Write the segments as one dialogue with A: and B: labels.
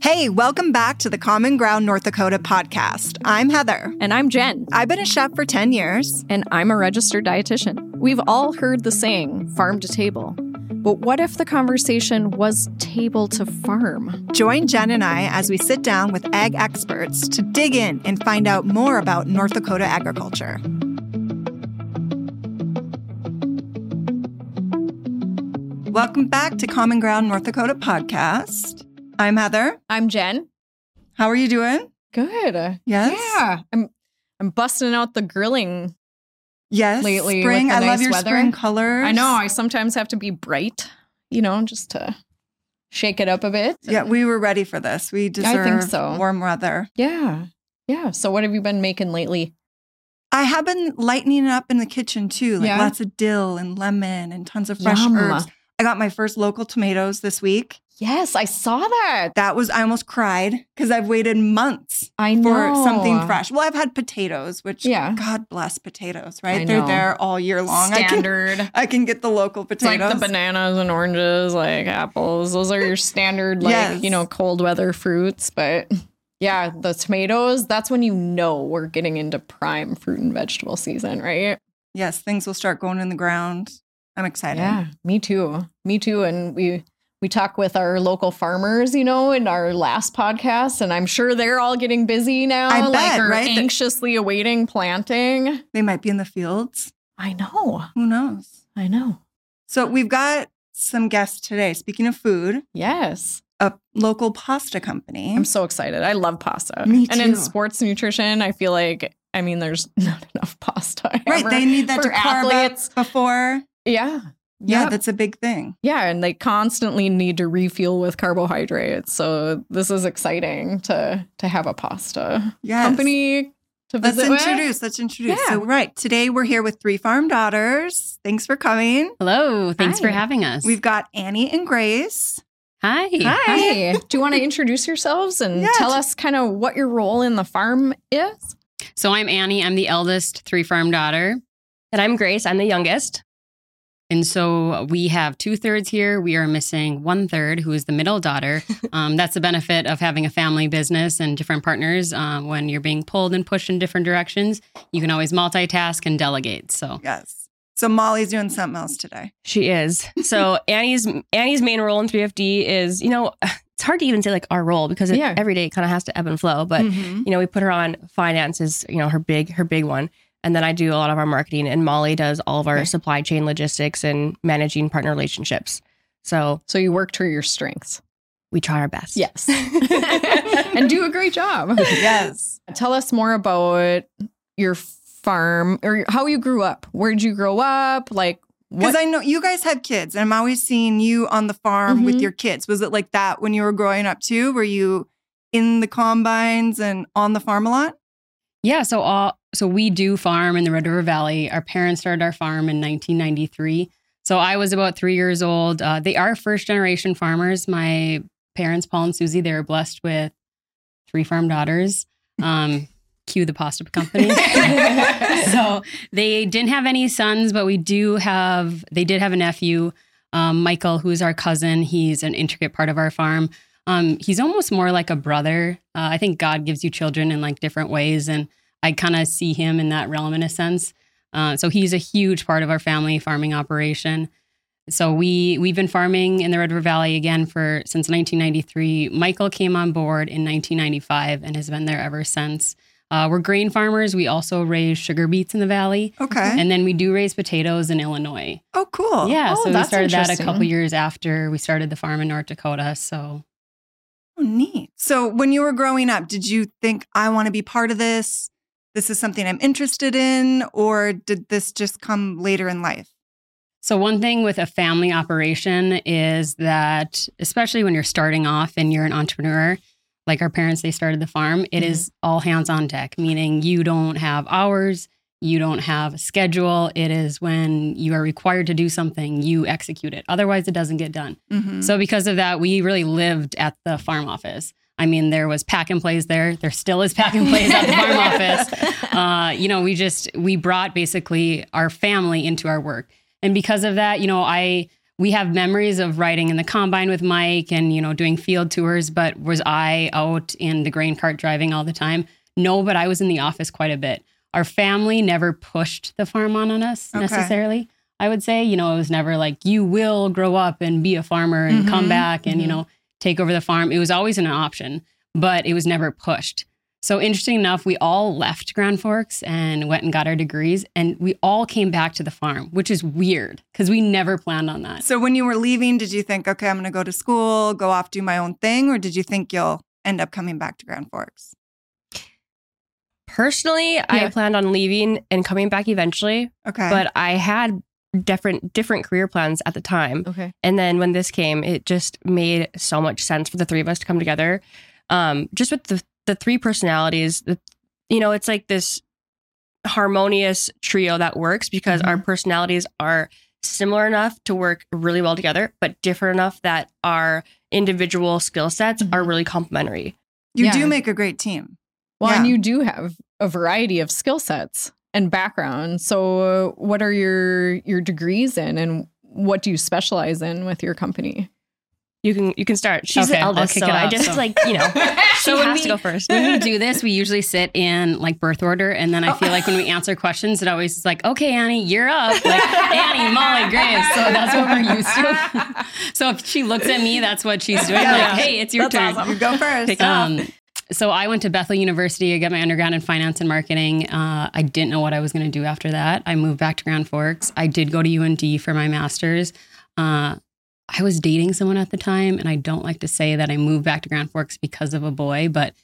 A: Hey, welcome back to the Common Ground North Dakota podcast. I'm Heather.
B: And I'm Jen.
A: I've been a chef for 10 years.
B: And I'm a registered dietitian. We've all heard the saying, farm to table. But what if the conversation was table to farm?
A: Join Jen and I as we sit down with ag experts to dig in and find out more about North Dakota agriculture. Welcome back to Common Ground North Dakota podcast. I'm Heather.
B: I'm Jen.
A: How are you doing?
B: Good.
A: Yes.
B: Yeah. I'm I'm busting out the grilling.
A: Yes.
B: Lately
A: spring.
B: with the
A: I love
B: nice
A: your
B: weather.
A: spring colors.
B: I know I sometimes have to be bright, you know, just to shake it up a bit.
A: Yeah, we were ready for this. We
B: I
A: deserve
B: think so.
A: warm weather.
B: Yeah. Yeah. So what have you been making lately?
A: I have been lightening it up in the kitchen too, like
B: Yeah.
A: lots of dill and lemon and tons of fresh
B: Yum.
A: herbs. I got my first local tomatoes this week.
B: Yes, I saw that.
A: That was I almost cried because I've waited months
B: I know.
A: for something fresh. Well, I've had potatoes, which
B: Yeah.
A: God bless potatoes,
B: I
A: right? They're
B: know.
A: there all year long. I can,
B: Standard.
A: I can get the local
B: It's like
A: potatoes.
B: the bananas and oranges, like apples. Those are your standard, like,
A: Yes.
B: you know, cold weather fruits. But yeah, the tomatoes, that's when you know we're getting into prime fruit and vegetable season, right?
A: yes, things will start going in the ground. I'm excited.
B: Yeah, me too. Me too. And we we talk with our local farmers, you know, in our last podcast, and I'm sure they're all getting busy now.
A: I bet,
B: like are
A: right? That-
B: anxiously awaiting planting.
A: They might be in the fields.
B: I know.
A: Who knows?
B: I know.
A: So we've got some guests today. Speaking of food,
B: Yes.
A: a local pasta company.
B: I'm so excited. I love pasta.
A: Me
B: And in
A: too.
B: sports nutrition, I feel like I mean there's not enough pasta.
A: right,
B: ever
A: they need that to
B: for
A: carb up
B: athletes.
A: before.
B: Yeah.
A: Yeah,
B: Yeah.
A: that's a big thing.
B: Yeah, and they constantly need to refuel with carbohydrates. So this is exciting to to have a pasta
A: Yes.
B: company to
A: Let's
B: visit with.
A: introduce. Let's introduce.
B: Yeah.
A: So, right today we're here with Three Farm Daughters. Thanks for coming.
C: Hello. Thanks for
B: Hi.
C: having us.
A: We've got Annie and Grace.
C: Hi.
B: Hi. Do you want to introduce yourselves and
A: Yeah.
B: tell us kind of what your role in the farm is?
C: So I'm Annie. I'm the eldest three farm daughter.
D: And I'm Grace. I'm the youngest.
C: And so we have two thirds here. We are missing one third, who is the middle daughter. Um, that's the benefit of having a family business and different partners. Um, when you're being pulled and pushed in different directions, you can always multitask and delegate. So
A: Yes. So Molly's doing something else today.
D: She is. So Annie's Annie's main role in 3FD is, you know, it's hard to even say like our role because it,
B: Yeah. Mm-hmm.
D: every day it kind of has to ebb and flow. But
A: Mhm.
D: you know, we put her on finances, you know, her big her big one. And then I do a lot of our marketing and Molly does all of our
B: Okay.
D: supply chain logistics and managing partner relationships. So
B: So you work to your strengths.
D: we try our best.
B: Yes. and do a great job.
A: Yes.
B: Tell us more about your farm or how you grew up. Where'd you grow up? Like
A: Because
B: what?
A: I know you guys have kids, and I'm always seeing you on the farm with
B: Mhm.
A: your kids. Was it like that when you were growing up too? Were you in the combines and on the farm a lot?
C: yeah, so all so we do farm in the Red River Valley. Our parents started our farm in 1993. So I was about three years old. Uh, they are first generation farmers. My parents, Paul and Susie, they were blessed with three farm daughters. Um, cue the pasta company. so they didn't have any sons, but we do have. They did have a nephew, um, Michael, who's our cousin. He's an intricate part of our farm. Um, he's almost more like a brother. Uh, I think God gives you children in like different ways, and I kind of see him in that realm in a sense. Uh, so he's a huge part of our family farming operation. So we we've been farming in the Red River Valley again for since 1993. Michael came on board in 1995 and has been there ever since. Uh, we're grain farmers. We also raise sugar beets in the valley,
B: Mm-hmm.
A: Okay.
C: and then we do raise potatoes in Illinois.
A: Oh, cool.
C: Yeah,
B: Oh,
C: so we
B: that's
C: started that a
B: interesting.
C: couple years after we started the farm in North Dakota. So
A: Oh, neat. So, when you were growing up, did you think, I want to be part of this? This is something I'm interested in? Or did this just come later in life?
C: So, one thing with a family operation is that, especially when you're starting off and you're an entrepreneur, like our parents, they started the farm,
B: Mm-hmm.
C: It is all hands on deck, meaning you don't have hours, you don't have a schedule. It is when you are required to do something, you execute it. Otherwise, it doesn't get done.
A: Mm-hmm.
C: So, because of that, we really lived at the farm office. I mean, there was pack and plays there. There still is pack and plays at the farm office uh, you know, we just we brought basically our family into our work, and because of that, you know, I we have memories of riding in the combine with Mike and, you know, doing field tours, but was I out in the grain cart driving all the time? No, but I was in the office quite a bit. Our family never pushed the farm on, on us
A: Okay.
C: necessarily. I would say, you know, it was never like, you will grow up and be a farmer and
A: Mhm.
C: come back and,
B: Mhm.
C: you know, take over the farm. It was always an option, but it was never pushed. So interesting enough, we all left Grand Forks and went and got our degrees, and we all came back to the farm, which is weird because we never planned on that.
A: So when you were leaving, did you think, okay, I'm going to go to school, go off, do my own thing, or did you think you'll end up coming back to Grand Forks?
D: Personally, I
B: Yeah.
D: planned on leaving and coming back eventually,
A: Okay,
D: but I had different different career plans at the time.
B: Okay.
D: And then when this came, it just made so much sense for the three of us to come together. Um, just with the the three personalities, the, you know, it's like this harmonious trio that works because
C: Mm-hmm.
D: our personalities are similar enough to work really well together, but different enough that our individual skill sets are
C: Mm-hmm.
D: really complementary.
A: you
B: yeah.
A: do make a great team.
B: Well, and
A: Yeah.
B: you do have a variety of skill sets and backgrounds. So, uh, what are your your degrees in, and what do you specialize in with your company?
D: You can you can start. She's
C: Okay,
D: the
C: I'll
D: eldest,
C: kick
D: so
C: it
D: I
C: off,
D: just
C: so.
D: like you know. She
C: So when
D: has
C: we-
D: to go first.
C: when we do this, we usually sit in like birth order, and then I feel like when we answer questions, it always is like, "Okay, Annie, you're up." Like Annie, Molly, Grace. So that's what we're used to. so if she looks at me, that's what she's doing.
A: Yeah.
C: Like, hey, it's your turn.
A: You go first.
C: Um, so I went to Bethel University. I got my undergrad in finance and marketing. Uh, I didn't know what I was going to do after that. I moved back to Grand Forks. I did go to UND for my master's. Uh, I was dating someone at the time, and I don't like to say that I moved back to Grand Forks because of a boy, but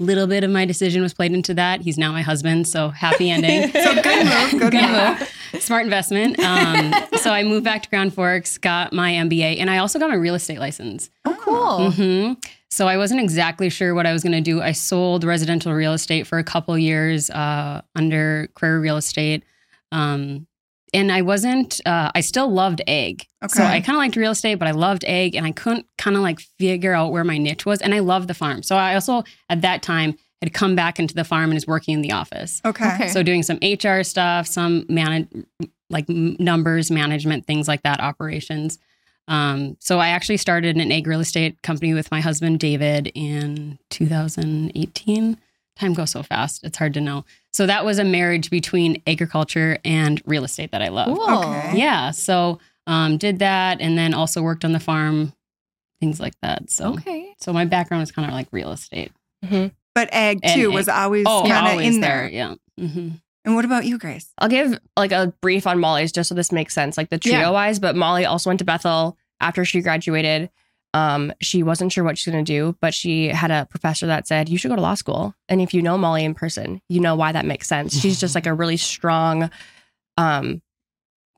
C: a little bit of my decision was played into that. He's now my husband, so happy ending.
A: So good move. Good move.
C: Smart investment. Um, so I moved back to Grand Forks, got my MBA, and I also got my real estate license.
B: Oh, cool.
C: hmm So I wasn't exactly sure what I was going to do. I sold residential real estate for a couple years uh, under Career Real Estate. Um, and I wasn't, uh, I still loved egg. So
A: Okay.
C: I kind of liked real estate, but I loved egg and I couldn't kind of like figure out where my niche was. And I loved the farm. So I also, at that time, had come back into the farm and was working in the office.
A: Okay.
B: Okay.
C: So doing some HR stuff, some manage like m- numbers management, things like that, operations. Um, so I actually started an egg real estate company with my husband David in 2018. Time goes so fast; it's hard to know. So that was a marriage between agriculture and real estate that I love.
B: Cool.
A: Okay.
C: Yeah. So um, did that, and then also worked on the farm, things like that. So
B: Okay.
C: so my background is kind of like real estate.
D: Mm-hmm.
A: But egg
C: And
A: too
C: egg.
A: was always
C: Oh,
A: kind of
C: always
A: in there.
C: there. Yeah. hmm
A: And what about you, Grace?
D: I'll give like a brief on Molly's just so this makes sense, like the trio
B: Yeah.
D: wise. But Molly also went to Bethel after she graduated. Um, she wasn't sure what she's gonna do, but she had a professor that said, You should go to law school. And if you know Molly in person, you know why that makes sense. She's just like a really strong um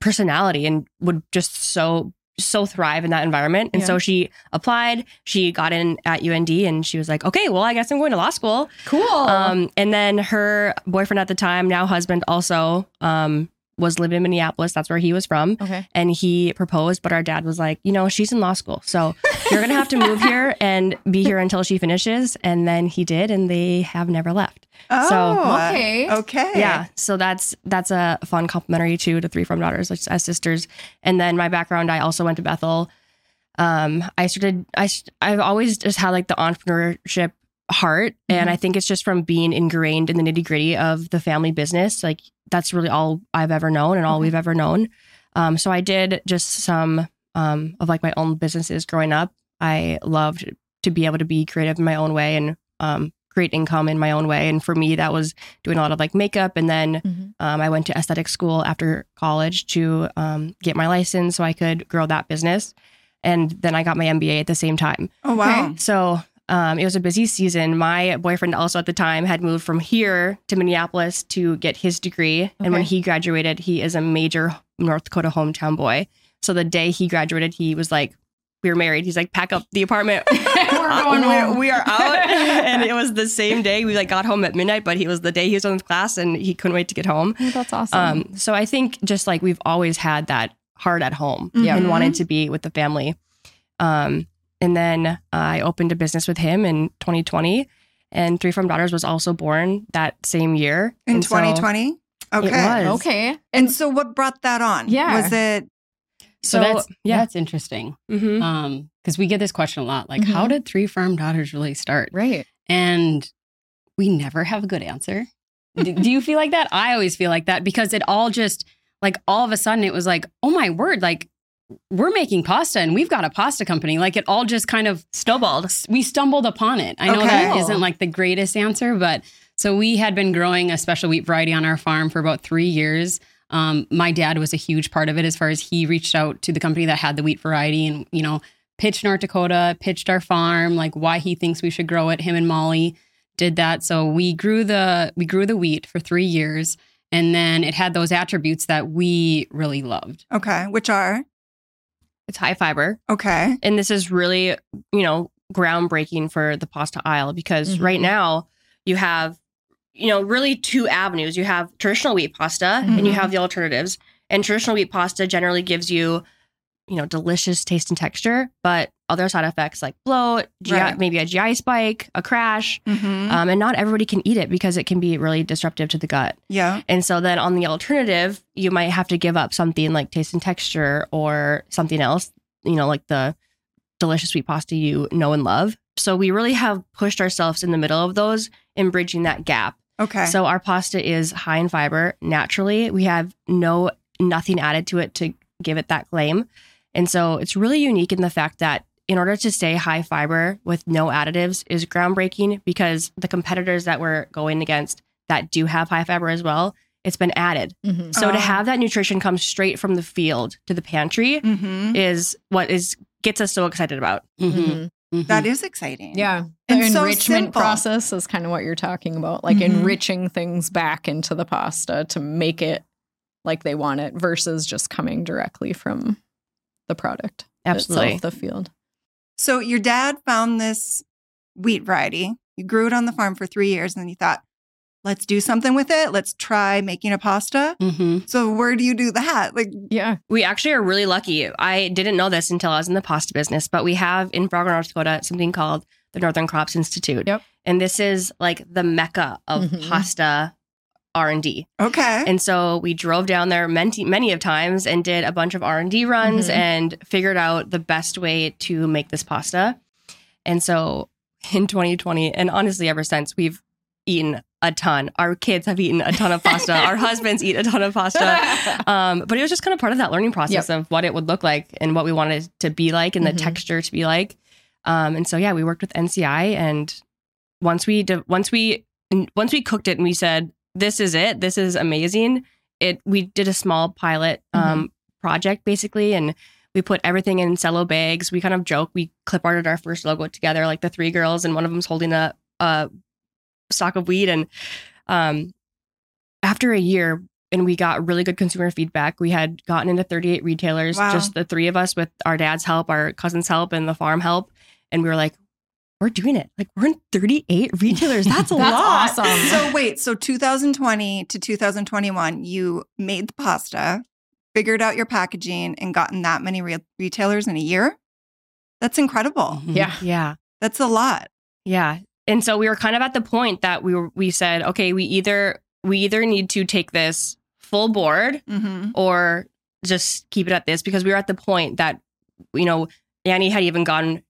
D: personality and would just so so thrive in that environment. And
B: Yeah.
D: so she applied, she got in at UND and she was like, Okay, well, I guess I'm going to law school.
B: Cool.
D: Um, and then her boyfriend at the time, now husband, also um, was living in Minneapolis. That's where he was from.
B: okay.
D: And he proposed, but our dad was like, you know, she's in law school. So you're going to have to move here and be here until she finishes. And then he did, and they have never left.
A: Oh,
B: uh, okay.
A: Okay.
D: Yeah. So that's that's a fun complimentary too to three from daughters like, as sisters. And then my background, I also went to Bethel. Um, I started. I st- I've always just had like the entrepreneurship heart, and I think it's just from being ingrained in the nitty gritty of the family business. Like that's really all I've ever known and all
B: Okay.
D: we've ever known. Um, so I did just some um of like my own businesses growing up. I loved to be able to be creative in my own way and um create income in my own way. And for me, that was doing a lot of like makeup. And then
B: Mhm.
D: um, I went to aesthetic school after college to um, get my license so I could grow that business. And then I got my MBA at the same time.
A: Oh wow.
D: So um, it was a busy season. My boyfriend, also at the time, had moved from here to Minneapolis to get his degree. And when
B: Okay.
D: he graduated, he is a major North Dakota hometown boy. So the day he graduated, he was like, we were married. He's like, pack up the apartment.
B: We're
D: Uh,
B: going
D: we're-
B: home.
D: we are out and it was the same day we like got home at midnight but he was the day he was on class and he couldn't wait to get home
B: Oh, that's awesome.
D: um, so i think just like we've always had that heart at home
A: Yeah.
D: and wanted to be with the family um, and then i opened a business with him in 2020 and three from daughters was also born that same year
A: In
D: And so-
A: 2020. Okay.
D: was.
B: okay.
A: And so, what brought that on?
B: Yeah.
A: Was it
C: So,
D: So,
C: that's
D: yeah.
C: that's interesting.
D: Mhm.
C: Um, because we get this question a lot, like,
B: Mhm.
C: how did three farm daughters really start?
B: Right.
C: And we never have a good answer. do, do you feel like that? I always feel like that because it all just like all of a sudden it was like, oh my word, like we're making pasta and we've got a pasta company. Like it all just kind of
D: Snowballed.
C: we stumbled upon it. I know that
A: Okay.
C: isn't like the greatest answer, but so we had been growing a special wheat variety on our farm for about three years. Um, my dad was a huge part of it as far as he reached out to the company that had the wheat variety and, you know, pitched North Dakota, pitched our farm, like why he thinks we should grow it. Him and Molly did that. So we grew the we grew the wheat for three years. And then it had those attributes that we really loved.
A: Okay. Which are?
D: It's high fiber.
A: Okay.
D: and this is really you know groundbreaking for the pasta aisle because
A: Mm-hmm.
B: Mhm.
D: right now you have you know really two avenues you have traditional wheat pasta and you
A: Mhm.
D: have the alternatives and traditional wheat pasta generally gives you you know delicious taste and texture but other side effects like bloat GI,
A: Right.
D: maybe a gi spike a crash
A: Mm-hmm.
D: um, and not everybody can eat it because it can be really disruptive to the gut
A: yeah.
D: and so then on the alternative, you might have to give up something like taste and texture or something else, you know, like the delicious sweet pasta you know and love. So we really have pushed ourselves in the middle of those and bridging that gap.
A: Okay.
D: So our pasta is high in fiber naturally. We have no nothing added to it to give it that claim. And so it's really unique in the fact that in order to stay high fiber with no additives is groundbreaking because the competitors that we're going against that do have high fiber as well, it's been added.
B: Mhm.
D: So
A: Oh.
D: to have that nutrition come straight from the field to the pantry
A: Mhm.
D: is what is gets us so excited about.
B: Mhm.
C: Mhm.
A: Mm-hmm. That is exciting.
B: Yeah. The
A: And so
B: enrichment
A: simple.
B: process is kind of what you're talking about, like
A: Mhm.
B: enriching things back into the pasta to make it like they want it versus just coming directly from the product itself, the field.
A: So your dad found this wheat variety. You grew it on the farm for three years, and then you thought, let's do something with it. Let's try making a pasta.
C: Mhm.
A: So where do you do that? Like,
B: Yeah.
D: We actually are really lucky. I didn't know this until I was in the pasta business, but we have in Frogger, North Dakota, something called the Northern Crops Institute.
B: Yep.
D: And this is like the mecca of
B: Mhm.
D: pasta R&D.
A: okay.
D: And so we drove down there many, many of times and did a bunch of R&D runs
B: Mhm.
D: and figured out the best way to make this pasta. And so in 2020, and honestly ever since, we've eaten a ton. Our kids have eaten a ton of pasta. Our husbands eat a ton of pasta um, but it was just kind of part of that learning process of what it would look like and what we wanted it to be like and
B: Mhm.
D: the texture to be like. Um, and so yeah, we worked with NCI, and once we de- once we once we cooked it and we said this is it, this is amazing. It we did a small pilot um, project basically, and we put everything in cello bags. We kind of joke we clip arted our first logo together, like the three girls, and one of them's holding a a stock of weed. And um, after a year, and we got really good consumer feedback. We had gotten into 38 retailers,
A: Wow.
D: just the three of us, with our dad's help, our cousin's help, and the farm help. And we were like, "We're doing it! Like we're in 38 retailers. That's a
B: That's
D: lot."
B: awesome.
A: so wait, so 2020 to 2021, you made the pasta, figured out your packaging, and gotten that many re- retailers in a year. That's incredible.
C: Mhm.
B: yeah.
D: Yeah,
A: That's a lot.
D: yeah. And so we were kind of at the point that we were, we said, "Okay, we either we either need to take this full board
A: Mm-hmm.
D: or just keep it at this because we were at the point that you know Annie had even gone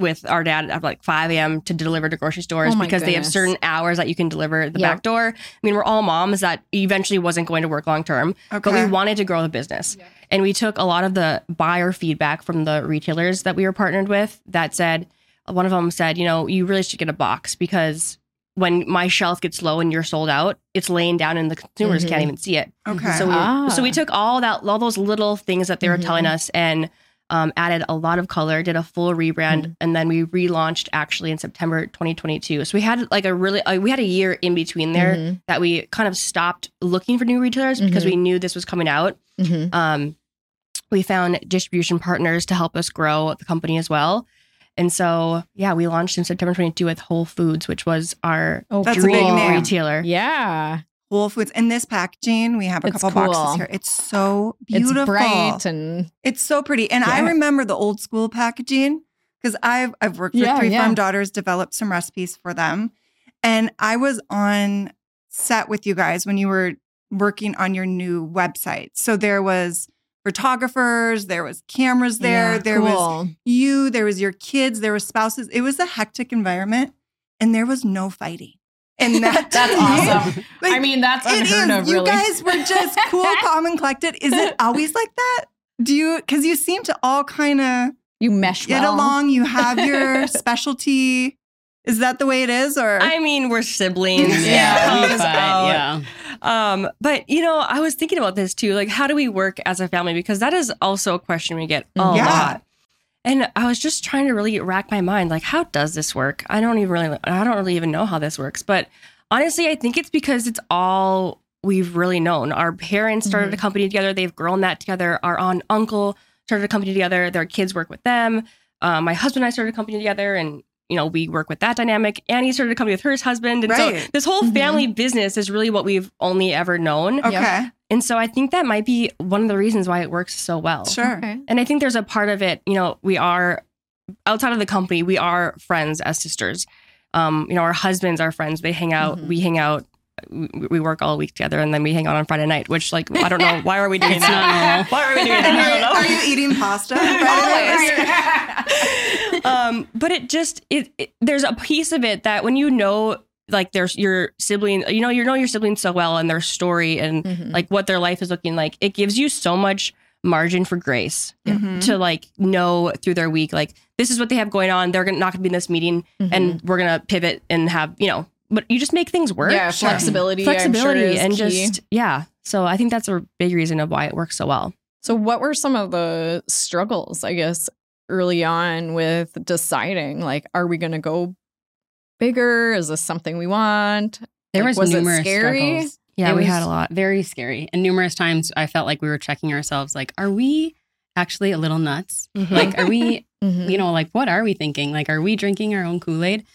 D: with our dad at like 5 a.m. to deliver to grocery stores
B: Oh my
D: because they have
B: goodness.
D: certain hours that you can deliver at the
B: Yeah.
D: back door. I mean, we're all moms that eventually wasn't going to work long term,
A: Okay.
D: but we wanted to grow the business.
B: Yeah.
D: And we took a lot of the buyer feedback from the retailers that we were partnered with that said, one of them said, you know, you really should get a box because when my shelf gets low and you're sold out, it's laying down and the consumers
B: Mhm.
D: can't even see it.
A: okay.
D: So we,
B: Ah.
D: so we took all that, all those little things that they were
B: Mhm.
D: telling us, and um, added a lot of color. Did a full rebrand, and then we relaunched actually in September 2022. So we had like a really, uh, we had a year in between there
B: Mhm.
D: that we kind of stopped looking for new retailers because
B: Mhm.
D: we knew this was coming out.
B: Mhm.
D: Um, we found distribution partners to help us grow the company as well. And so, yeah, we launched in September 22 with Whole Foods, which was our
B: Oh,
A: That's a
B: cool.
A: big name.
D: retailer.
B: Yeah.
A: Whole Foods in this packaging. We have a
B: It's
A: couple
B: cool.
A: boxes here. It's so beautiful.
B: It's bright and
A: It's so pretty. And I
B: Yeah.
A: remember the old school packaging because I've I've worked with
B: Yeah,
A: Three
B: yeah.
A: Farm Daughters, developed some recipes for them. And I was on set with you guys when you were working on your new website. So there was photographers, there was cameras there,
B: Yeah,
A: there was
B: cool.
A: you, there was your kids, there was spouses. It was a hectic environment and there was no fighting. And that to
B: That's
A: me-
B: awesome.
A: Like,
B: I mean, that's
A: it
B: unheard
A: is.
B: of,
A: You
B: really.
A: guys were just cool, calm, and collected. Is it always like that? Do you because you seem to all kind of
B: you mesh
A: get
B: well.
A: along, you have your specialty. Is that the way it is? Or
D: I mean, we're siblings.
A: Yeah,
D: It
C: we
D: comes
C: fight,
D: out.
C: yeah.
D: Um, but you know, I was thinking about this too. Like, how do we work as a family? Because that is also a question we get a
A: Mm-hmm. Yeah.
D: lot. And I was just trying to really rack my mind, like, how does this work? I don't even really, I don't really even know how this works. But honestly, I think it's because it's all we've really known. Our parents started
A: Mm-hmm.
D: a company together. They've grown that together. Our aunt, uncle started a company together. Their kids work with them. Uh, my husband and I started a company together, and you know, we work with that dynamic. Annie started a company with her husband, and so
A: Right. Mm-hmm.
D: this whole
B: Mhm.
D: family business is really what we've only ever known.
A: okay,
D: And so I think that might be one of the reasons why it works so well.
A: sure,
B: Okay.
D: And I think there's a part of it, you know, we are outside of the company, we are friends as sisters. Um, you know, our husbands are friends. They hang out,
B: Mhm.
D: we hang out, we, we work all week together, and then we hang out on Friday night, which, like, I don't know. Why are we doing
C: It's not
D: that?
C: normal.
D: Why are we doing
A: And
D: that? I don't know.
A: are, are you eating pasta?
D: Always. um, but it just it, it there's a piece of it that when you know like there's your sibling, you know you know your siblings so well and their story and
A: Mm-hmm.
B: Mhm.
D: like what their life is looking like, it gives you so much margin for grace
B: Mm-hmm.
A: Mhm.
D: to like know through their week like this is what they have going on. They're gonna, not going to be in this meeting,
B: Mm-hmm.
C: Mm-hmm.
D: and we're going to pivot and have you know. But you just make things work.
B: yeah,
A: Sure.
B: flexibility, I'm sure,
D: Flexibility
B: is
D: and
B: key.
D: just yeah. So I think that's a big reason of why it works so well.
B: So, what were some of the struggles, I guess, early on with deciding, like, are we going to go bigger? Is this something we want?
C: There
B: Like,
C: was,
B: was it
C: numerous
B: scary?
C: struggles.
D: Yeah,
C: It
D: we
C: was
D: had a lot.
C: Very scary. And numerous times I felt like we were checking ourselves like, are we actually a little nuts? Like, are we
B: Mm-hmm.
C: you know, like what are we thinking? Like, are we drinking our own Kool Aid?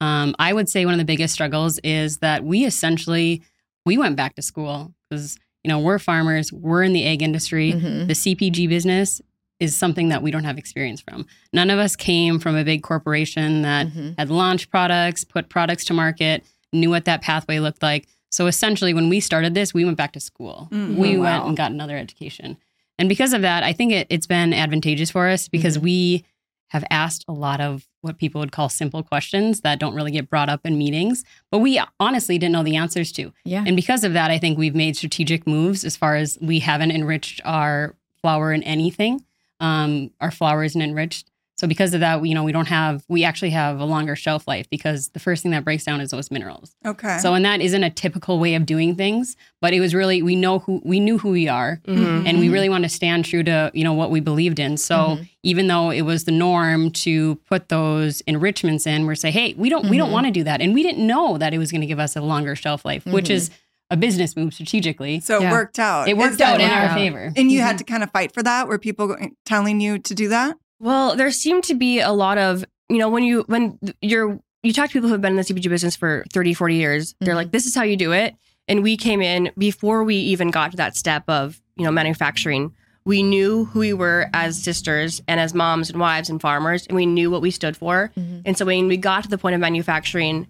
C: Um, I would say one of the biggest struggles is that we essentially we went back to school because you know we're farmers, we're in the egg industry.
B: Mm-hmm.
C: The CPG business is something that we don't have experience from. None of us came from a big corporation that
B: Mm-hmm.
C: had launched products, put products to market, knew what that pathway looked like. So essentially, when we started this, we went back to school.
A: Mm.
B: Oh,
C: We
B: wow.
C: went and got another education. And because of that, I think it, it's been advantageous for us because
B: Mm-hmm.
C: we have asked a lot of what people would call simple questions that don't really get brought up in meetings, but we honestly didn't know the answers to.
B: Yeah.
C: And because of that, I think we've made strategic moves as far as we haven't enriched our flour in anything. Um, our flour isn't enriched. So because of that, we, you know, we don't have, we actually have a longer shelf life because the first thing that breaks down is those minerals.
A: Okay,
C: So, and that isn't a typical way of doing things, but it was really, we know who, we knew who we are
B: Mm-hmm.
A: Mhm.
C: and we really want to stand true to, you know, what we believed in. So
B: Mm-hmm.
C: even though it was the norm to put those enrichments in, we're say, hey, we don't, we
A: Mm-hmm.
C: don't
B: Mhm.
C: want to do that. And we didn't know that it was going to give us a longer shelf life, which
B: Mhm.
C: is a business move strategically.
A: Mm-hmm. so it
B: yeah.
A: worked out.
C: It
A: Is
C: worked
A: that
C: out in
A: what-
C: our
B: Yeah.
C: favor.
A: And you had to kind of fight for that. Were people go- telling you to do that?
D: Well, there seemed to be a lot of, you know, when you when you're you talk to people who've been in the CPG business for 30, 40 years, they're
B: Mhm.
D: like this is how you do it. And we came in before we even got to that step of, you know, manufacturing. We knew who we were as sisters and as moms and wives and farmers and we knew what we stood for.
B: Mhm.
D: And so when we got to the point of manufacturing,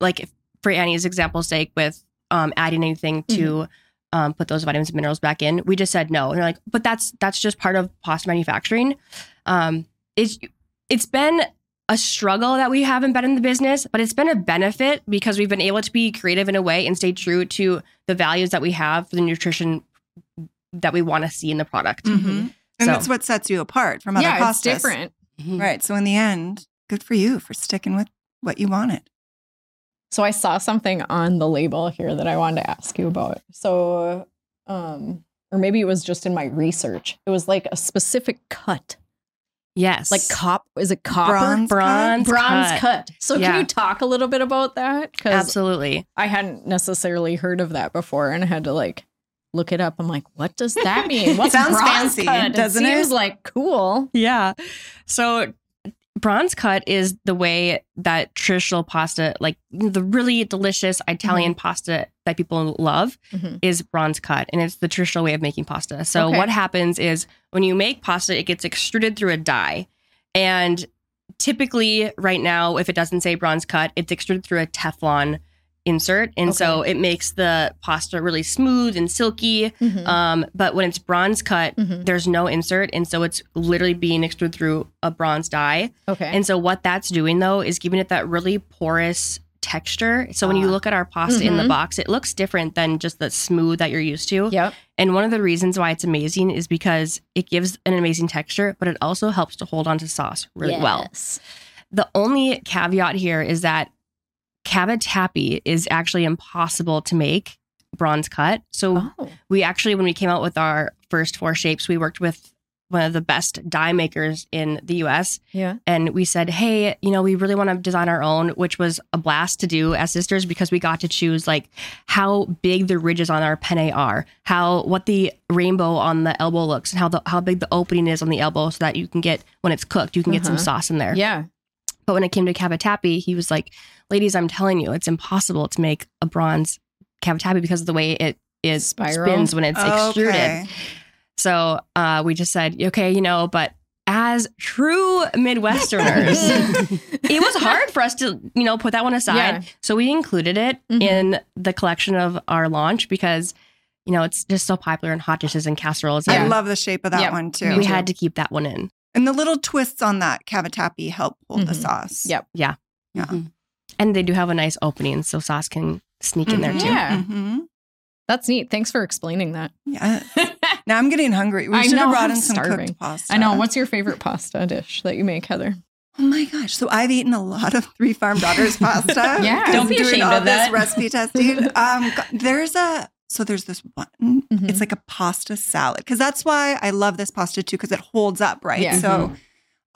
D: like if- for Annie's example's sake with um, adding anything to um, put those vitamins and minerals back in, we just said no. And they're like, but that's that's just part of pasta manufacturing um, it's it's been a struggle that we haven't been in the business, but it's been a benefit because we've been able to be creative in a way and stay true to the values that we have for the nutrition that we want to see in the product.
A: Mm-hmm. And
D: So-
A: that's what sets you apart from other
B: yeah,
A: pastas.
B: it's different.
C: Mhm.
A: Right. So in the end, good for you for sticking with what you wanted.
B: So I saw something on the label here that I wanted to ask you about. So, um, or maybe it was just in my research. It was like a specific cut,
D: Yes,
B: like cop. Is it copper?
A: Bronze cut?
D: bronze,
B: Bronze
D: cut.
B: cut. So
D: Yeah.
B: can you talk a little bit about that? Because
D: Absolutely.
B: I hadn't necessarily heard of that before and had to like look it up. I'm like, what does that mean? What's
A: Sounds
B: bronze
A: fancy,
B: cut?
A: doesn't it?
B: Seems like cool.
D: Yeah. So bronze cut is the way that traditional pasta, like the really delicious Italian pasta that people love,
B: Mhm.
D: is bronze cut. And it's the traditional way of making pasta. So
B: Okay.
D: what happens is when you make pasta, it gets extruded through a die. And typically, right now, if it doesn't say bronze cut, it's extruded through a Teflon insert. And so it makes the pasta really smooth and silky.
B: Mhm.
D: Um, but when it's bronze cut,
B: Mhm.
D: there's no insert. And so it's literally being extruded through a bronze die.
B: Okay.
D: And so what that's doing though is giving it that really porous texture. So when you
B: Ah.
D: look at our pasta in the
B: Mhm.
D: box, it looks different than just the smooth that you're used to.
B: yep.
D: And one of the reasons why it's amazing is because it gives an amazing texture, but it also helps to hold onto sauce really well.
B: Yes.
D: The only caveat here is that cabbage happy is actually impossible to make bronze cut. So
B: Oh.
D: we actually when we came out with our first four shapes we worked with one of the best die makers in the US
B: Yeah.
D: and we said hey you know we really want to design our own which was a blast to do as sisters because we got to choose like how big the ridges on our penne are how what the rainbow on the elbow looks and how the how big the opening is on the elbow so that you can get when it's cooked you can get some
B: Uh-huh.
D: sauce in there
B: Yeah.
D: but when it came to cavatappi, he was like, "Ladies, I'm telling you, it's impossible to make a bronze cavatappi because of the way it is
B: Spiral?
D: spins when it's
A: Okay.
D: extruded." So uh, we just said, "Okay, you know," but as true Midwesterners, it was hard for us to, you know, put that one aside.
B: Yeah.
D: So we included it
B: Mhm.
D: in the collection of our launch because, you know, it's just so popular in hot dishes and casseroles.
A: I
D: and
A: love the shape of that
B: Yep.
A: one too.
B: Me
D: we
B: too.
D: had to keep that one in.
A: And the little twists on that cavatappi help hold the
B: Mhm.
A: sauce.
B: Yep.
A: Yeah.
C: Mhm.
D: And they do have a nice opening, so sauce can sneak in there
B: Mhm.
D: too.
B: Yeah.
A: hmm
B: That's neat. Thanks for explaining that.
A: Yeah. Now I'm getting hungry. We
B: I
A: should have
B: know,
A: brought in
B: I'm
A: some
B: starving.
A: cooked pasta.
B: I know. What's your favorite pasta dish that you make, Heather?
A: Oh my gosh! So I've eaten a lot of Three Farm Daughters pasta.
B: Yeah.
A: because
C: Don't be
A: doing
C: ashamed
A: all
C: of that.
A: this recipe testing. Um, go- there's a so there's this one.
B: Mhm.
A: It's like a pasta salad because that's why I love this pasta too because it holds up right.
B: Yeah.
A: So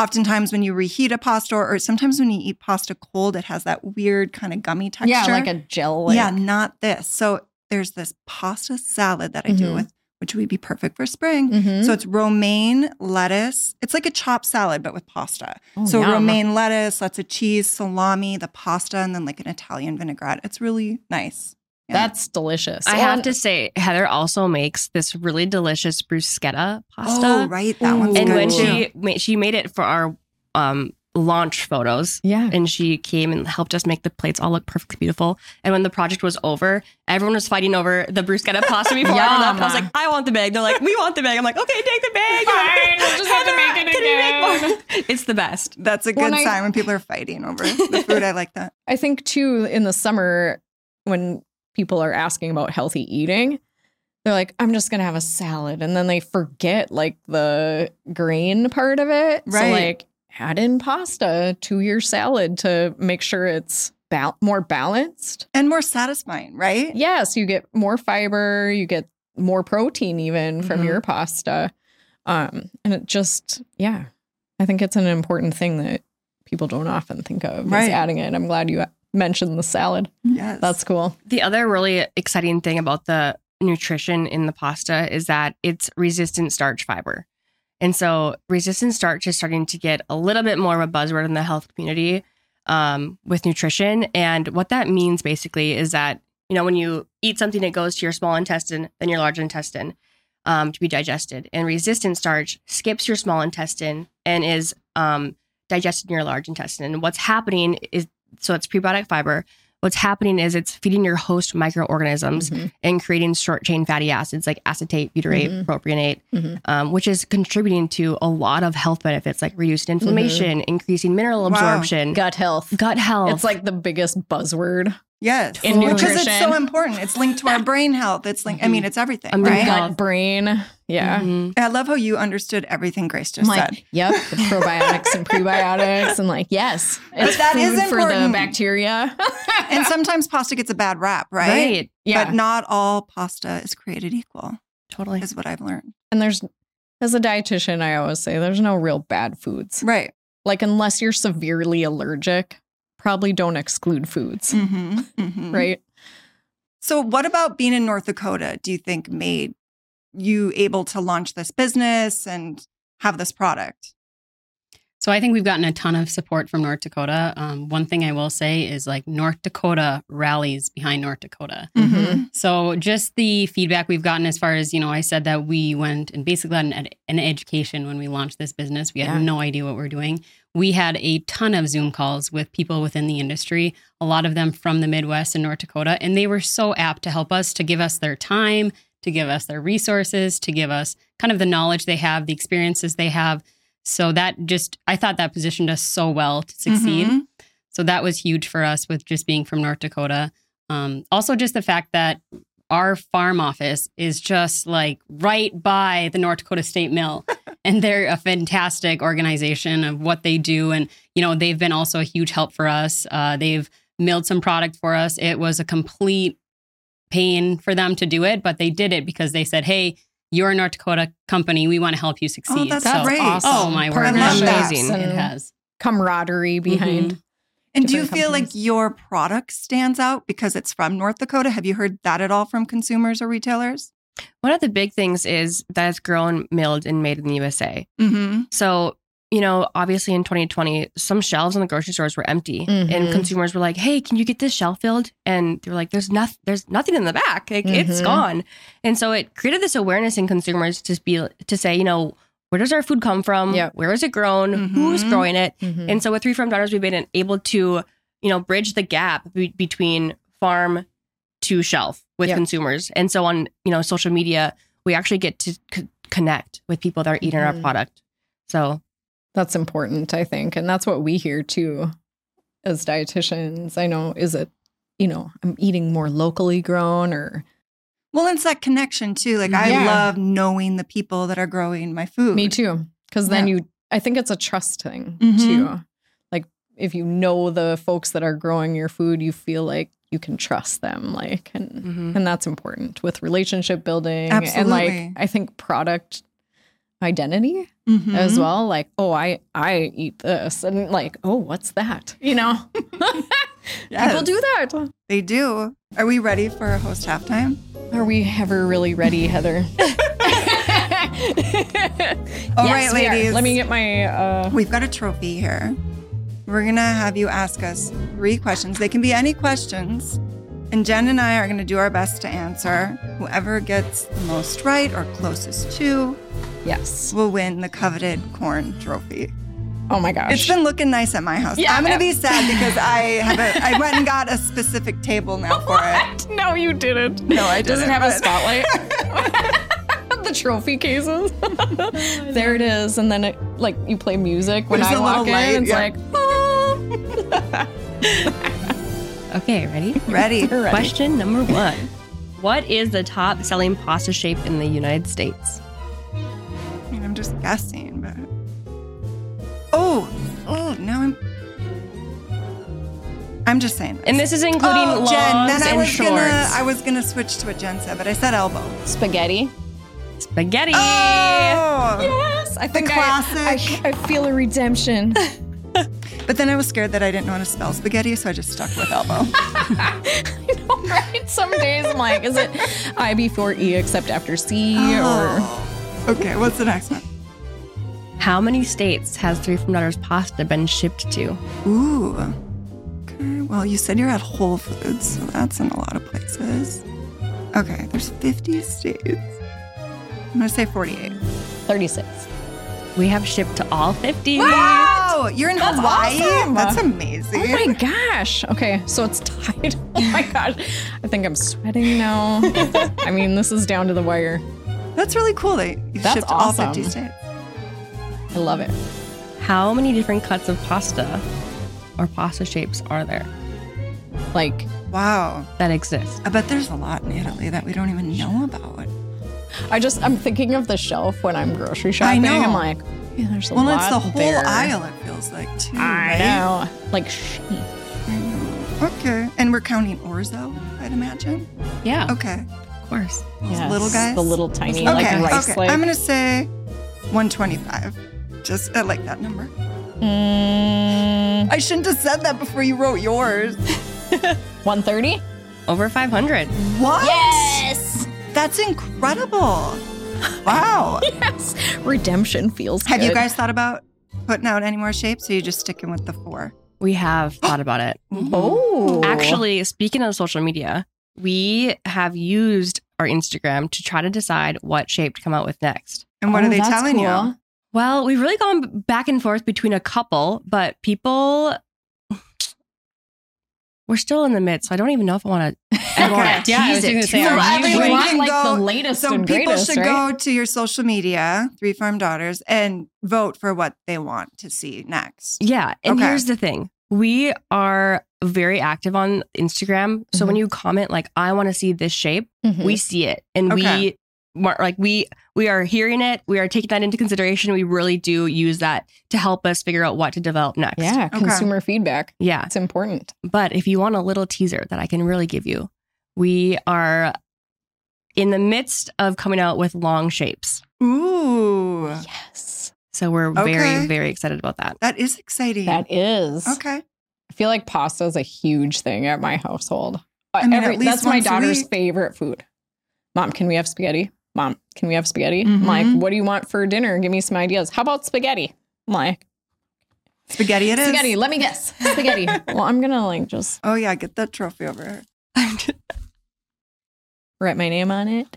A: oftentimes when you reheat a pasta or, or sometimes when you eat pasta cold, it has that weird kind of gummy texture.
B: Yeah, like a gel. Like,
A: yeah, not this. So there's this pasta salad that I do
C: Mm-hmm.
B: Mhm.
A: with, which would be perfect for spring.
B: Mhm.
A: So it's romaine lettuce. It's like a chopped salad, but with pasta.
B: Oh,
A: so
B: yum.
A: romaine lettuce, lots of cheese, salami, the pasta, and then like an Italian vinaigrette. It's really nice. Yeah.
B: That's delicious.
D: I
B: And-
D: have to say, Heather also makes this really delicious bruschetta pasta.
A: Oh, right. That one's
D: And
A: good
D: when
A: too.
D: she ma- she made it for our um, launch photos,
B: Yeah.
D: and she came and helped us make the plates all look perfectly beautiful. And when the project was over, everyone was fighting over the bruschetta pasta before I ever left. I was
B: Yum.
D: like, I want the bag. They're like, we want the bag. I'm like, okay, take the bag.
B: Fine, we'll just have to
D: Heather,
B: make it
D: can we make more? It's the best.
A: That's a good
B: When I-
A: sign when people are fighting over the food. I like that.
B: I think too in the summer when people are asking about healthy eating, they're like, I'm just gonna have a salad. And then they forget like the grain part of it. So
A: Right.
B: like add in pasta to your salad to make sure it's bal- more balanced.
A: And more satisfying, right?
B: Yes, you get more fiber, you get more protein even from
D: Mhm.
B: your pasta. Um, and it just, yeah, I think it's an important thing that people don't often think of is
A: Right.
B: adding it. I'm glad you mentioned the salad.
A: Yes.
B: That's cool.
D: The other really exciting thing about the nutrition in the pasta is that it's resistant starch fiber. And so resistant starch is starting to get a little bit more of a buzzword in the health community um, with nutrition. And what that means basically is that, you know, when you eat something, it goes to your small intestine, then your large intestine um, to be digested. And resistant starch skips your small intestine and is um, digested in your large intestine. And what's happening is, so it's prebiotic fiber. What's happening is it's feeding your host microorganisms
B: Mhm.
D: and creating short chain fatty acids like acetate, butyrate,
B: Mhm.
D: propionate,
B: Mhm.
D: um, which is contributing to a lot of health benefits like reduced inflammation, increasing mineral
A: Wow.
D: absorption,
B: Gut
D: gut,
B: health.
D: health.
B: It's like the biggest buzzword.
A: yes.
D: In
A: because it's
B: nutrition.
A: so important. It's linked to our brain health. It's linked, I mean, it's everything,
D: I'm
A: right?
D: gut.
B: Gut brain. Yeah.
D: Mhm.
A: I love how you understood everything Grace
B: Mm-hmm. I'm
A: just said.
B: like, yep, the probiotics and prebiotics, and like, yes, it's
A: that
B: food
A: is
B: for the
A: important.
B: bacteria.
A: And sometimes pasta gets a bad rap, right?
D: Right.
B: yeah,
A: But not all pasta is created equal,
D: Totally.
A: is what I've learned.
B: and there's, as a dietitian, I always say there's no real bad foods.
A: Right.
B: Like unless you're severely allergic, probably don't exclude foods,
A: hmm hmm
B: right?
A: So, what about being in North Dakota do you think made you able to launch this business and have this product?
C: So I think we've gotten a ton of support from North Dakota. Um, one thing I will say is like North Dakota rallies behind North Dakota.
B: Mhm.
C: So just the feedback we've gotten as far as, you know, I said that we went and basically got an, ed- an education when we launched this business. We had
B: Yeah.
C: no idea what we're doing. we had a ton of Zoom calls with people within the industry, a lot of them from the Midwest and North Dakota. And they were so apt to help us, to give us their time, to give us their resources, to give us kind of the knowledge they have, the experiences they have. So that just, I thought that positioned us so well to succeed.
A: Mhm.
C: So that was huge for us with just being from North Dakota. Um, also, just the fact that our farm office is just like right by the North Dakota State Mill, and they're a fantastic organization of what they do. And you know, they've been also a huge help for us. Uh, they've milled some product for us. It was a complete pain for them to do it, but they did it because they said, "Hey, you're a North Dakota company. We want to help you succeed."
A: Oh, that's
C: so,
A: great.
B: awesome.
C: Oh my word!
A: love that.
D: Amazing.
C: It
B: And
C: has.
B: camaraderie
A: Mm-hmm.
B: behind.
A: And do you
B: different
A: feel like
B: companies.
A: your product stands out because it's from North Dakota? Have you heard that at all from consumers or retailers?
D: One of the big things is that it's grown, milled, and made in the USA.
A: Mm-hmm.
D: So, you know, obviously in 2020, some shelves in the grocery stores were empty, and
B: Mhm.
D: consumers were like, "Hey, can you get this shelf filled?" And they're like, "There's nothing. There's nothing in the back. Like, It's
B: Mhm.
D: gone." And so it created this awareness in consumers to be to say, you know, where does our food come from?
B: Yep.
D: Where is it grown? Who's
A: Mhm.
D: growing it?
B: Mhm.
D: And so with Three Farm Daughters, we've been able to, you know, bridge the gap be- between farm to shelf with
B: Yeah.
D: consumers. And so on, you know, social media, we actually get to c- connect with people that are eating our
A: Mm-hmm.
B: Mhm.
D: product. So
B: that's important i think and that's what we hear too as dietitians i know is it you know i'm eating more locally grown or
A: Well, it's that connection too. Like I
B: Yeah.
A: love knowing the people that are growing my food.
B: me too because then you i think it's a trust thing
A: Mhm.
B: too like if you know the folks that are growing your food you feel like you can trust them like and
A: Mm-hmm.
B: and that's important with relationship building and
A: Absolutely.
B: like i think product identity
A: Mhm.
B: as well like oh i i eat this and like oh what's that you know
A: Yes,
B: people do that
A: They do. Are we ready for a host halftime?
B: Are we ever really ready, Heather?
A: All right,
B: Yes, we are.
A: ladies.
B: Let me get my. Uh,
A: We've got a trophy here. We're going to have you ask us three questions. They can be any questions. And Jen and I are going to do our best to answer. Whoever gets the most right or closest to
B: yes.
A: will win the coveted corn trophy.
B: Oh my gosh.
A: It's been looking nice at my house.
B: Yeah.
A: I'm going to be sad because I have a, I went and got a specific table now for it.
B: no, you didn't.
A: No, I
B: Does
A: didn't.
B: it have a
A: but-
B: spotlight? the trophy cases. there it is, and then it like you play music when
A: There's
B: I
A: a
B: walk
A: little
B: in.
A: light,
B: it's
A: yeah.
B: like, oh,
D: okay, ready?
A: Ready.
B: you're ready.
D: Question number one. What is the top selling pasta shape in the United States?
A: I mean, I'm just guessing, but. Oh, oh, now I'm. I'm just saying.
D: And this is including
A: oh,
D: longs
A: Jen, then I
D: and
A: was
D: shorts.
A: gonna I was gonna switch to what Jen said, but I said elbow.
B: Spaghetti.
D: Spaghetti.
A: Oh!
B: Yes, I think I-
A: classic.
B: I, I feel a redemption.
A: But then I was scared that I didn't know how to spell spaghetti, so I just stuck with elbow.
B: I know, right? Some days I'm like, is it I before E except after C?
A: Oh. Okay, what's the next one?
D: How many states has Three From Daughters pasta been shipped to?
A: Ooh. Okay. Well, you said you're at Whole Foods, so that's in a lot of places. Okay, there's 50 states. I'm gonna say 48.
B: Or 36.
D: We have shipped to all 50.
A: Wow! You're in
B: That's
A: Hawaii?
B: awesome.
A: That's amazing.
B: Oh my gosh. Okay, so it's tied. Oh my gosh. I think I'm sweating now. I mean, this is down to the wire.
A: That's really cool that you
B: That's
A: shipped all 50
B: awesome.
A: states.
B: I love it.
D: How many different cuts of pasta or pasta shapes are there
B: Like,
A: Wow.
D: that exist?
A: I bet there's a lot in Italy that we don't even know about.
B: I just, I'm thinking of the shelf when I'm grocery shopping.
A: know.
B: I'm like, yeah, there's a
A: Well,
B: lot
A: it's the whole
B: there.
A: aisle, it feels like, too.
B: I
A: right?
B: know. Like, sheep.
A: Okay. And we're counting orzo, I'd imagine.
C: Yeah,
A: Okay.
D: Of course.
A: Those
B: Yes,
A: little guys.
B: The little tiny,
A: okay.
B: like, rice
A: okay.
B: like.
A: I'm going to say 125. Just, I like that number.
B: Mm,
A: I shouldn't have said that before you wrote yours.
B: 130?
D: Over 500.
A: What?
B: Yes!
A: That's incredible. Wow.
B: Yes. Redemption feels
A: Have you
B: good.
A: guys thought about putting out any more shapes? Or are you just sticking with the four?
D: We have thought about it.
B: Oh.
D: Actually, speaking of social media, we have used our Instagram to try to decide what shape to come out with next.
A: And what
B: Oh,
A: are they
B: that's
A: telling
B: cool.
A: you?
D: Well, we've really gone back and forth between a couple, but people, we're still in the midst. So I don't even know if I want to. I
A: Okay.
D: want to
C: Yeah, I was
D: tease
C: gonna
D: it.
C: say,
D: too
C: are
D: much.
A: you
B: you
A: Everyone
B: want,
A: can
B: like
A: go-
B: the latest
A: So
B: and
A: people
B: greatest,
A: should
B: right?
A: go to your social media, Three Farm Daughters, and vote for what they want to see next.
D: Yeah. And
A: Okay.
D: here's the thing we are very active on Instagram. So when you comment, like, I want to see this shape,
B: Mhm.
D: we see it and
A: Mm-hmm. Okay.
D: we mar- like we we are hearing it we are taking that into consideration we really do use that to help us figure out what to develop next
B: yeah,
A: Okay.
B: consumer feedback.
D: yeah
B: It's important.
D: but if you want a little teaser that i can really give you we are in the midst of coming out with long shapes
A: Ooh,
B: Yes.
D: so we're
A: Okay.
D: very very excited about that
A: that is exciting.
B: That is.
A: okay.
B: I feel like pasta is a huge thing at my household. But
A: I mean,
B: every,
A: at least
B: that's my
A: once a
B: daughter's
A: week.
B: favorite food. Mom, can we have spaghetti? Mom, can we have spaghetti? I'm
A: Mhm.
B: like, what do you want for dinner? Give me some ideas. How about spaghetti? I'm like,
A: Spaghetti it is.
B: spaghetti, let me guess. Spaghetti. well, I'm going to like just
A: Oh, yeah. Get that trophy over here.
B: write my name on it.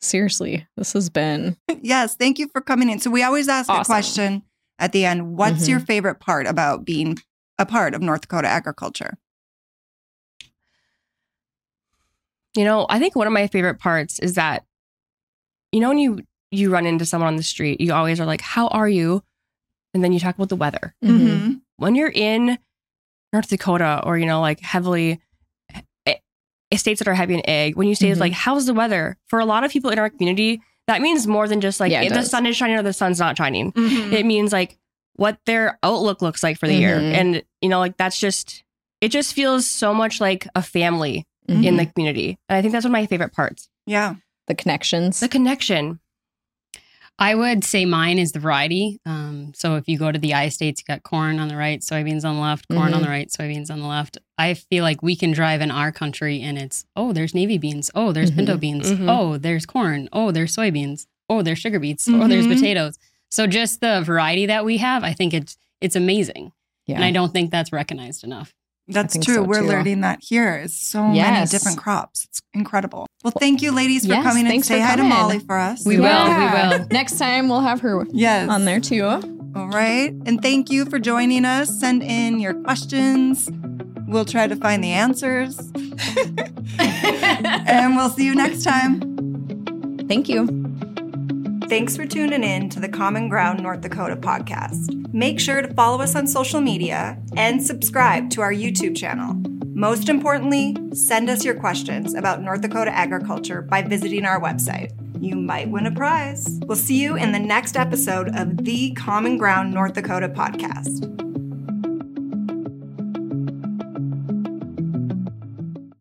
B: Seriously, this has been
A: yes. Thank you for coming in. So we always ask a
B: Awesome.
A: question at the end What's
B: Mhm.
A: your favorite part about being a part of North Dakota agriculture?
D: you know i think one of my favorite parts is that you know when you you run into someone on the street you always are like how are you and then you talk about the weather
C: Mm-hmm.
B: mhm.
D: when you're in North Dakota or you know like heavily eh, states that are heavy in egg, when you say it's
B: Mhm.
D: like how's the weather for a lot of people in our community, that means more than just like
B: Yeah, it
D: if the
B: does. Mm-hmm.
D: sun is shining or the sun's not shining.
C: Mm-hmm.
A: Mhm.
D: It means like what their outlook looks like for the year,
B: Mhm.
D: and you know like that's just it just feels so much like a family in
C: Mm-hmm.
B: Mhm.
D: the community, and I think that's one of my favorite parts:
A: Yeah.
B: the connections.
D: the connection.
C: I would say mine is the variety. Um, so if you go to the I states, you got corn on the right, soybeans on the left, corn on the right, soybeans on the left. I feel like we can drive in our country and it's, oh, there's navy beans. Oh, there's pinto
B: Mhm.
C: beans.
D: Mhm.
C: Oh, there's corn. Oh, there's soybeans. Oh, there's sugar beets. Oh, there's
D: Mhm.
C: potatoes. So just the variety that we have, I think it's it's amazing.
B: yeah.
C: And I don't think that's recognized enough.
A: That's
B: think
A: true.
B: so,
A: We're
B: too.
A: learning that here. It's so many
B: Yes.
A: different crops. It's incredible. Well, thank you, ladies, for
B: Yes,
A: coming and
B: thanks for
A: say hi to
B: coming.
A: Molly for us.
C: We will.
B: Yeah.
C: We will.
B: Next time we'll have her
A: Yes.
B: on there too.
A: All right. And thank you for joining us. Send in your questions. We'll try to find the answers. and we'll see you next time.
B: Thank you.
A: Thanks for tuning in to the Common Ground North Dakota podcast. Make sure to follow us on social media and subscribe to our YouTube channel. Most importantly, send us your questions about North Dakota agriculture by visiting our website. You might win a prize. We'll see you in the next episode of the Common Ground North Dakota podcast.